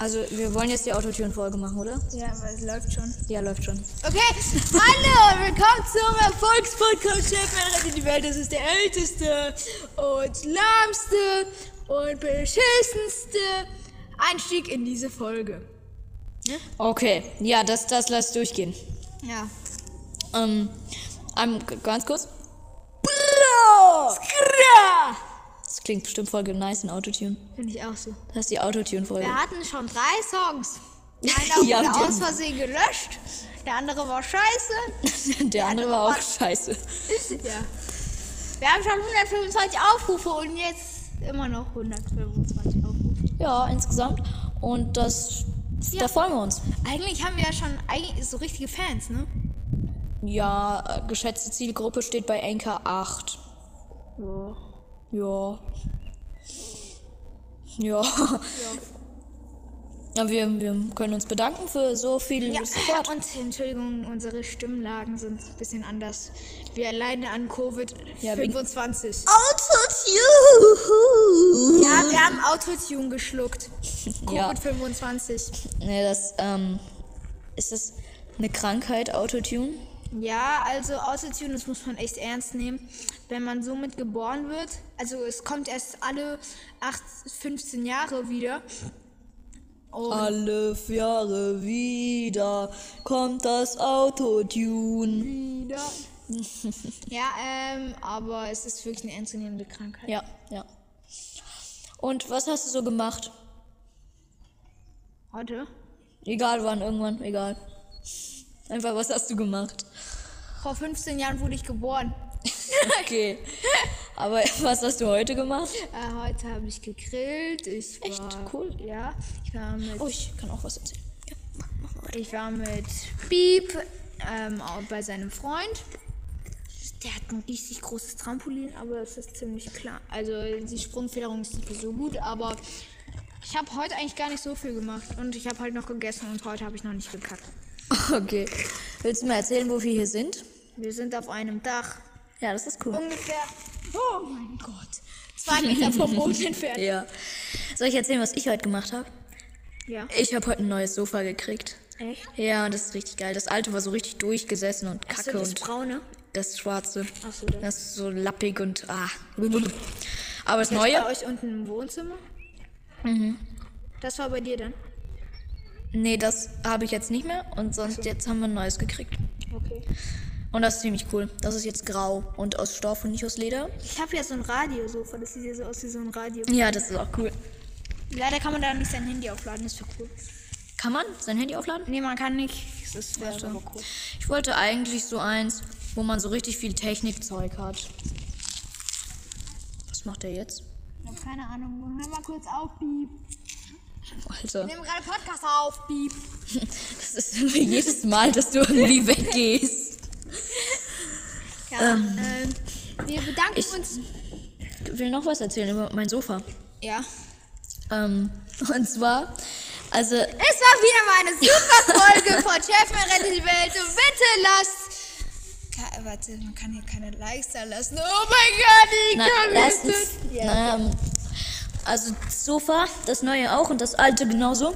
Also, wir wollen jetzt die Autotüren-Folge machen, oder? Ja, aber es läuft schon. Ja, läuft schon. Okay, hallo, willkommen zum Erfolgspodcast Chefman rettet die Welt. Das ist der älteste und lahmste und beschissenste Einstieg in diese Folge. Okay, ja, das, das lass durchgehen. Ja. Ähm, ähm, g- ganz kurz. Das klingt bestimmt voll nice in Autotune. Finde ich auch so. Das ist die Autotune-Folge. Wir hatten schon drei Songs. Einer Ja, wurde der- aus Versehen gelöscht, der andere war scheiße. Der andere war auch scheiße. ja. Wir haben schon 125 Aufrufe und jetzt immer noch 125 Aufrufe. Ja, insgesamt. Und das, da freuen wir uns. Eigentlich haben wir ja schon eigentlich so richtige Fans, ne? Ja, äh, geschätzte Zielgruppe steht bei Anker 8. Ja. Ja. Ja. ja. Wir, wir können uns bedanken für so viel Ja, Support. und Entschuldigung, unsere Stimmlagen sind ein bisschen anders. Wir leiden an Ja, wegen- Covid-25. Autotune! Ja, wir haben Autotune geschluckt. Hm. Ja. Covid-25. Nee, das, ähm, ist das eine Krankheit, Autotune? Ja, also Autotune, das muss man echt ernst nehmen. Wenn man somit geboren wird, also es kommt erst alle 8, 15 Jahre wieder. Und Alle Jahre wieder kommt das Autotune. wieder. ja, ähm, aber es ist wirklich eine ernstzunehmende Krankheit. Ja, ja. Und was hast du so gemacht? Heute? Egal wann, irgendwann, egal. Einfach, was hast du gemacht? Vor 15 Jahren wurde ich geboren. Okay. Aber was hast du heute gemacht? Äh, heute habe ich gegrillt. Ich war, Echt? Cool. Ja, ich war mit, Oh, ich kann auch was erzählen. Ja, mach, mach mal. ich war mit Piep ähm, auch bei seinem Freund. Der hat ein richtig großes Trampolin, aber es ist ziemlich klar. Also die Sprungfederung ist nicht so gut, aber ich habe heute eigentlich gar nicht so viel gemacht. Und ich habe halt noch gegessen und heute habe ich noch nicht gekackt. Okay. Willst du mir erzählen, wo wir hier sind? Wir sind auf einem Dach. Ja, das ist cool. Ungefähr. Oh mein Gott. Zwei Meter vom Boden entfernt. Ja. Soll ich erzählen, was ich heute gemacht habe? Ja. Ich habe heute ein neues Sofa gekriegt. Echt? Ja, und das ist richtig geil. Das alte war so richtig durchgesessen und Achso, kacke das und braune. das schwarze. Achso, das. Das ist so lappig und ah. Aber das Das bei neue? euch unten im Wohnzimmer? Mhm. Das war bei dir dann? Nee, das habe ich jetzt nicht mehr und sonst jetzt haben wir ein neues gekriegt. Okay. Und das ist ziemlich cool. Das ist jetzt grau und aus Stoff und nicht aus Leder. Ich habe ja so ein Radiosofa, das sieht ja so aus wie so ein Radio. Ja, das ist auch cool. Leider kann man da nicht sein Handy aufladen, das wäre cool. Kann man sein Handy aufladen? Nee, man kann nicht. Das wäre aber cool. Ich wollte eigentlich so eins, wo man so richtig viel Technikzeug hat. Was macht der jetzt? Ich habe keine Ahnung. Hör mal kurz auf, Piep. Alter, Wir nehmen gerade Podcast auf, Piep. das ist irgendwie jedes Mal, dass du irgendwie weggehst. Ja, ähm, wir bedanken ich- uns. Ich will noch was erzählen über mein Sofa. Ja. Ähm, und zwar, also, Es war wieder mal eine super Folge von Chefman rettet die Welt und bitte lasst. Ka- Warte, man kann hier keine Likes da lassen. Oh mein Gott, ich na, kann lass nicht. uns, na, ähm, also das Sofa, das neue auch und das alte genauso,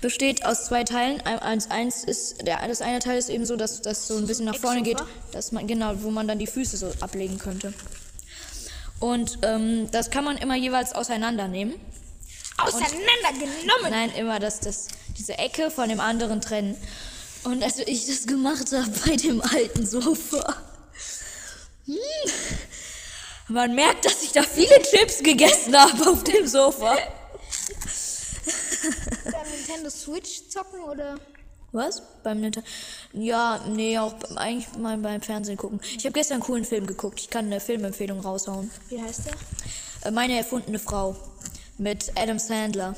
besteht aus zwei Teilen. Ein- Eins, eins ist, der, das eine Teil ist eben so, dass das so ein bisschen nach vorne geht, dass man, genau, wo man dann die Füße so ablegen könnte. Und ähm, das kann man immer jeweils auseinandernehmen. Auseinandergenommen. Nein, immer das, das, diese Ecke von dem anderen trennen. Und als ich das gemacht habe bei dem alten Sofa, hm, man merkt, dass ich da viele Chips gegessen habe auf dem Sofa. Beim Nintendo Switch zocken oder? Was? Beim Nintendo? Ja, nee, auch beim- eigentlich mal beim Fernsehen gucken. Ich habe gestern einen coolen Film geguckt. Ich kann eine Filmempfehlung raushauen. Wie heißt der? Äh, Meine erfundene Frau mit Adam Sandler.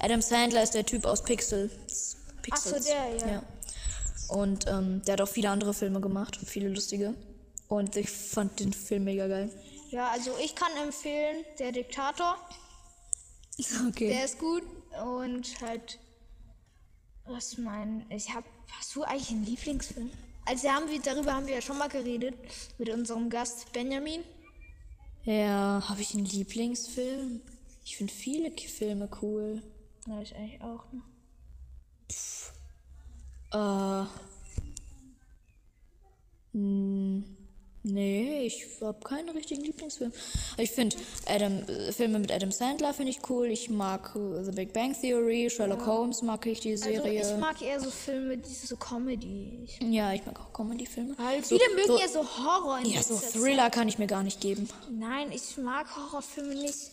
Adam Sandler ist der Typ aus Pixel. Ach so, der, ja. Und ähm, der hat auch viele andere Filme gemacht, viele lustige. Und ich fand den Film mega geil. Ja, also ich kann empfehlen, der Diktator, Okay. der ist gut und halt. Was mein. Ich hab. Hast du eigentlich einen Lieblingsfilm? Also haben wir, darüber haben wir ja schon mal geredet mit unserem Gast Benjamin. Ja, habe ich einen Lieblingsfilm? Ich finde viele K- Filme cool. Ja, ich eigentlich auch. Ne? Äh. mm, Nee, ich habe keinen richtigen Lieblingsfilm. Ich finde Adam äh, Filme mit Adam Sandler finde ich cool. Ich mag äh, The Big Bang Theory, Sherlock Holmes mag ich die Also Serie. ich mag eher so Filme, die so Comedy. Ich, ja, ich mag auch Comedy-Filme. halt, So- viele mögen Also, so, ja so Horror in ja, so letzter Thriller kann ich mir gar nicht geben. Zeit. Nein, ich mag Horrorfilme nicht.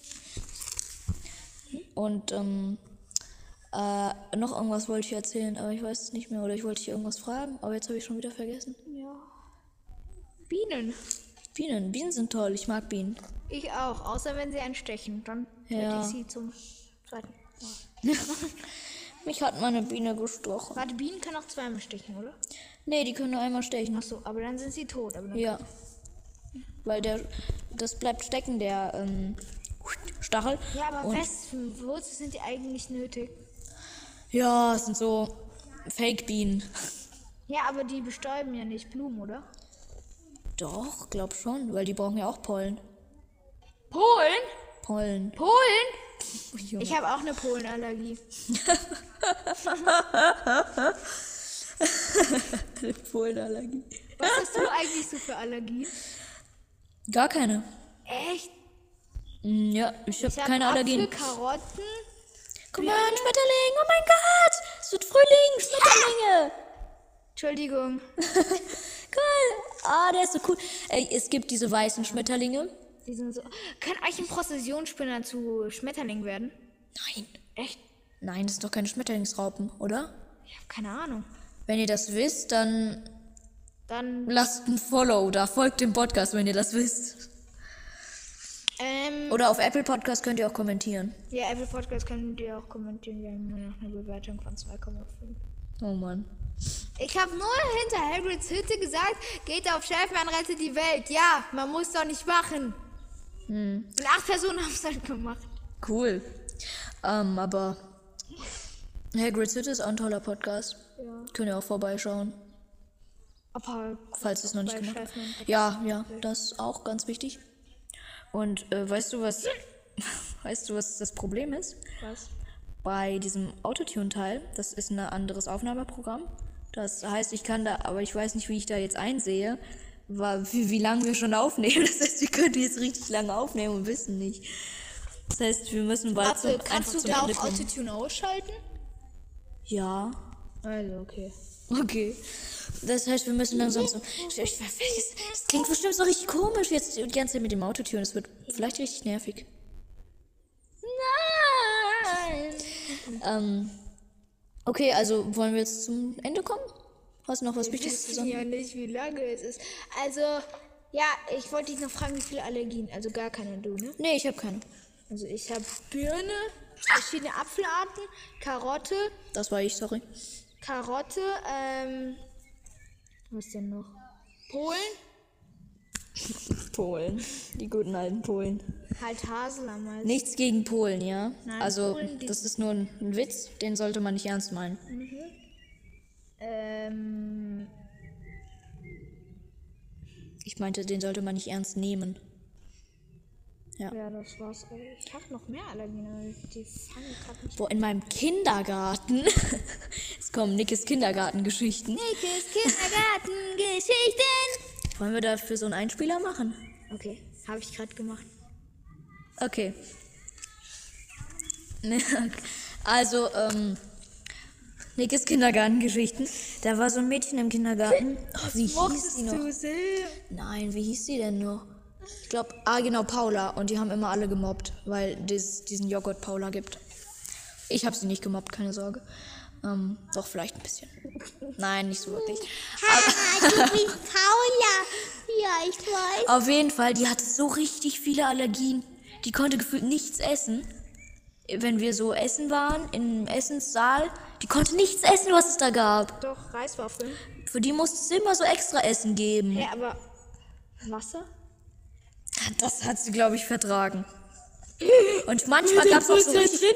Und ähm, äh, noch irgendwas wollte ich erzählen, aber ich weiß es nicht mehr. Oder ich wollte dich irgendwas fragen, aber jetzt habe ich schon wieder vergessen. Ja. Bienen. Bienen, Bienen sind toll. Ich mag Bienen. Ich auch, außer wenn sie einstechen. Dann Ja. hätte ich sie zum zweiten Mal. Mich hat meine Biene gestochen. Warte, Bienen können auch zweimal stechen, oder? Nee, die können nur einmal stechen. Achso, aber dann sind sie tot. Aber dann Ja. Weil der, das bleibt stecken, der ähm, Stachel. Ja, aber Und, Wespen, wozu sind die eigentlich nötig? ja, es sind so Fake-Bienen. Ja, aber die bestäuben ja nicht Blumen, oder? Doch, glaub schon, weil die brauchen ja auch Pollen. Polen? Pollen. Oh, Polen? Junge. Ich habe auch eine Polenallergie. Pollenallergie. Was hast du eigentlich so für Allergien? Gar keine. Echt? Mm, Ja, ich habe Ich hab keine Apfel, Allergien. Karotten. Guck mal, ein Schmetterling. Oh mein Gott. Es wird Frühling. Schmetterlinge. Entschuldigung. Cool. Ah, der ist so cool. Ey, es gibt diese weißen Schmetterlinge. Die sind so. Kann eigentlich ein Prozessionsspinner zu Schmetterling werden? Nein. Echt? Nein, das sind doch keine Schmetterlingsraupen, oder? Ich habe keine Ahnung. Wenn ihr das wisst, dann Dann. lasst ein Follow da. Folgt dem Podcast, wenn ihr das wisst. Ähm. Oder auf Apple Podcast könnt ihr auch kommentieren. Ja, Apple Podcast könnt ihr auch kommentieren. Wir haben nur noch eine Bewertung von 2,5. Oh Mann. Ich habe nur hinter Hagrids Hütte gesagt, geht auf Schäfmann, rettet die Welt. Ja, man muss doch nicht machen. Hm. Und acht Personen haben es halt gemacht. Cool. Ähm, aber Hagrid's Hütte ist auch ein toller Podcast. Ja. Könnt ihr auch vorbeischauen. Aber falls ihr es noch nicht Bei gemacht habt. Scheißmann. Ja, ja, das ist auch ganz wichtig. Und äh, weißt du was? weißt du was das Problem ist? was? Bei diesem Autotune Teil, das ist ein anderes Aufnahmeprogramm. Das heißt, ich kann da, aber ich weiß nicht, wie ich da jetzt einsehe, wa- wie, wie lange wir schon aufnehmen. Das heißt, wir können jetzt richtig lange aufnehmen und wissen nicht. Das heißt, wir müssen bald Warte, zum, kannst einfach du zum da Ende auch kommen. Autotune ausschalten? ja. Also, okay. Okay. Das heißt, wir müssen langsam so. Ich, ich, vergesse- das klingt bestimmt so richtig komisch jetzt die ganze Zeit mit dem Autotune. Das wird vielleicht richtig nervig. Nein! Ähm, okay, also wollen wir jetzt zum Ende kommen? Hast du noch was Ich Wichtiges zu wissen sagen? ja nicht, wie lange es ist. Also, ja, ich wollte dich noch fragen, wie viele Allergien. Also gar keine, du, ne? Nee, ich habe keine. Also ich habe Birne, verschiedene Apfelarten, Karotte, Das war ich, sorry. Karotte, ähm. Was denn noch? Polen, Polen. Die guten alten Polen. halt Haselameisen. Nichts gegen Polen, ja? Nein, also, Polen, die- das ist nur ein, ein Witz, den sollte man nicht ernst meinen. Ähm. Ich meinte, den sollte man nicht ernst nehmen. Ja, das war's. eigentlich. Ich habe noch mehr Allergien, aber die fangen gerade nicht. Boah, in meinem Kindergarten. es kommen Nickes Kindergartengeschichten. Nickes Kindergartengeschichten! Wollen wir dafür so einen Einspieler machen? Okay, habe ich gerade gemacht. Okay. Ne, Also, ähm, Nickes Kindergartengeschichten. Da war so ein Mädchen im Kindergarten. Oh, wie hieß sie noch? Sil? Nein, wie hieß sie denn noch? Ich glaube, ah genau, Paula. Und die haben immer alle gemobbt, weil es diesen Joghurt Paula gibt. Ich habe sie nicht gemobbt, keine Sorge. Ähm, doch, vielleicht ein bisschen. Nein, nicht so wirklich. Ah, du bist Paula. Ja, ich weiß. Auf jeden Fall, die hatte so richtig viele Allergien. Die konnte gefühlt nichts essen. Wenn wir so essen waren, im Essenssaal, die konnte nichts essen, was es da gab. Doch, Reiswaffeln. Für die musste es immer so extra Essen geben. Ja, aber. Wasser? Das hat sie, glaube ich, vertragen. Und manchmal gab es auch so richtig,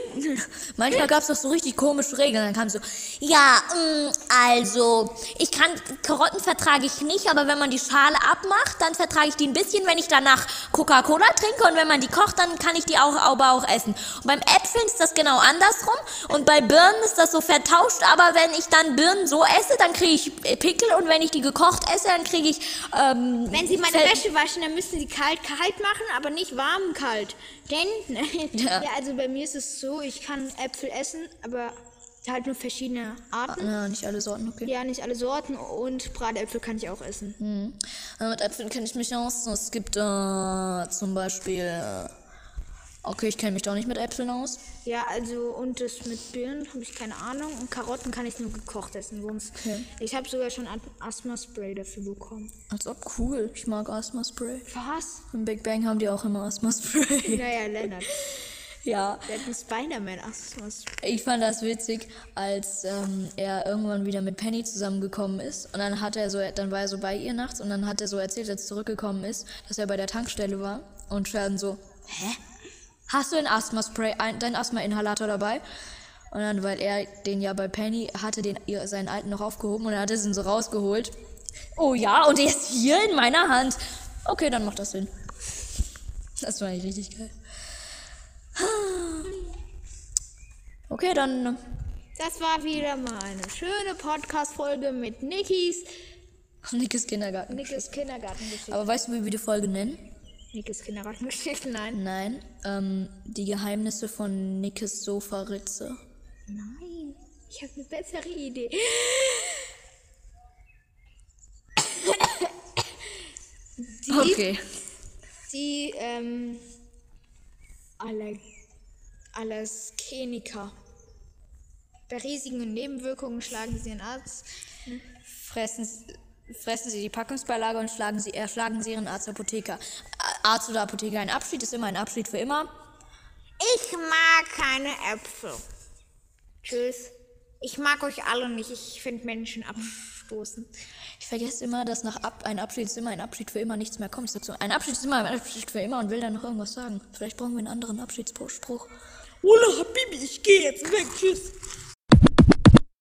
manchmal gab's auch so richtig komische Regeln. Dann kam so, Ja, mm, also, ich kann, Karotten vertrage ich nicht, aber wenn man die Schale abmacht, dann vertrage ich die ein bisschen, wenn ich danach Coca-Cola trinke und wenn man die kocht, dann kann ich die auch, aber auch essen. Und beim Äpfeln ist das genau andersrum und bei Birnen ist das so vertauscht, aber wenn ich dann Birnen so esse, dann kriege ich äh, Pickel und wenn ich die gekocht esse, dann kriege ich, ähm, Wenn sie meine Fell- Wäsche waschen, dann müssen sie kalt kalt machen, aber nicht warm kalt. Denn ja. also bei mir ist es so, ich kann Äpfel essen, aber halt nur verschiedene Arten. Ah, na, nicht alle Sorten, okay. Ja, nicht alle Sorten und Bratäpfel kann ich auch essen. Äh, mit Äpfeln kenne ich mich aus. Es gibt äh, zum Beispiel. Äh, okay, ich kenne mich doch nicht mit Äpfeln aus. Ja, also und das mit Birnen habe ich keine Ahnung und Karotten kann ich nur gekocht essen, sonst. Okay. Ich habe sogar schon ein Asthma-Spray dafür bekommen. Als ob Also, cool. Ich mag Asthma-Spray. Was? Im Big Bang haben die auch immer Asthma-Spray. Naja, Lennart, ja. der hat einen Spider-Man-Asthma-Spray. Ich fand das witzig, als ähm, er irgendwann wieder mit Penny zusammengekommen ist und dann hat er so, dann war er so bei ihr nachts und dann hat er so erzählt, als er zurückgekommen ist, dass er bei der Tankstelle war und Sheldon so, hä? Hast du ein Asthma-Spray, ein, dein Asthma-Inhalator dabei? Und dann, weil er den ja bei Penny hatte, den ihr, seinen alten noch aufgehoben und er hat es ihn so rausgeholt. Oh ja, und der ist hier in meiner Hand. Okay, dann macht das Sinn. Das war nicht richtig geil. Okay, dann äh, Das war wieder mal eine schöne Podcast-Folge mit Nikis, Nickes Kindergarten. Nikis Kindergartengeschichte. Aber weißt du, wie wir die Folge nennen? Nikis Kindergartengeschichte, nein. Nein. Ähm, die Geheimnisse von Nickes Sofaritze. Nein, ich habe eine bessere Idee. Die, Okay. die, ähm, Aller Allergeniker. Bei riesigen Nebenwirkungen schlagen sie den Arzt. Fressen, s- fressen Sie die Packungsbeilage und schlagen Sie, erschlagen Sie Ihren Arzt, Apotheker. A- Arzt oder Apotheker. Ein Abschied ist immer ein Abschied für immer. Ich mag keine Äpfel. Tschüss. Ich mag euch alle nicht. Ich finde Menschen abstoßen. Ich vergesse immer, dass nach ab, ein Abschied ist immer ein Abschied für immer nichts mehr kommt. Ich sag so, ein Abschied ist immer ein Abschied für immer und will dann noch irgendwas sagen. Vielleicht brauchen wir einen anderen Abschiedsspruch. Hola, Habibi, ich gehe jetzt weg. Tschüss.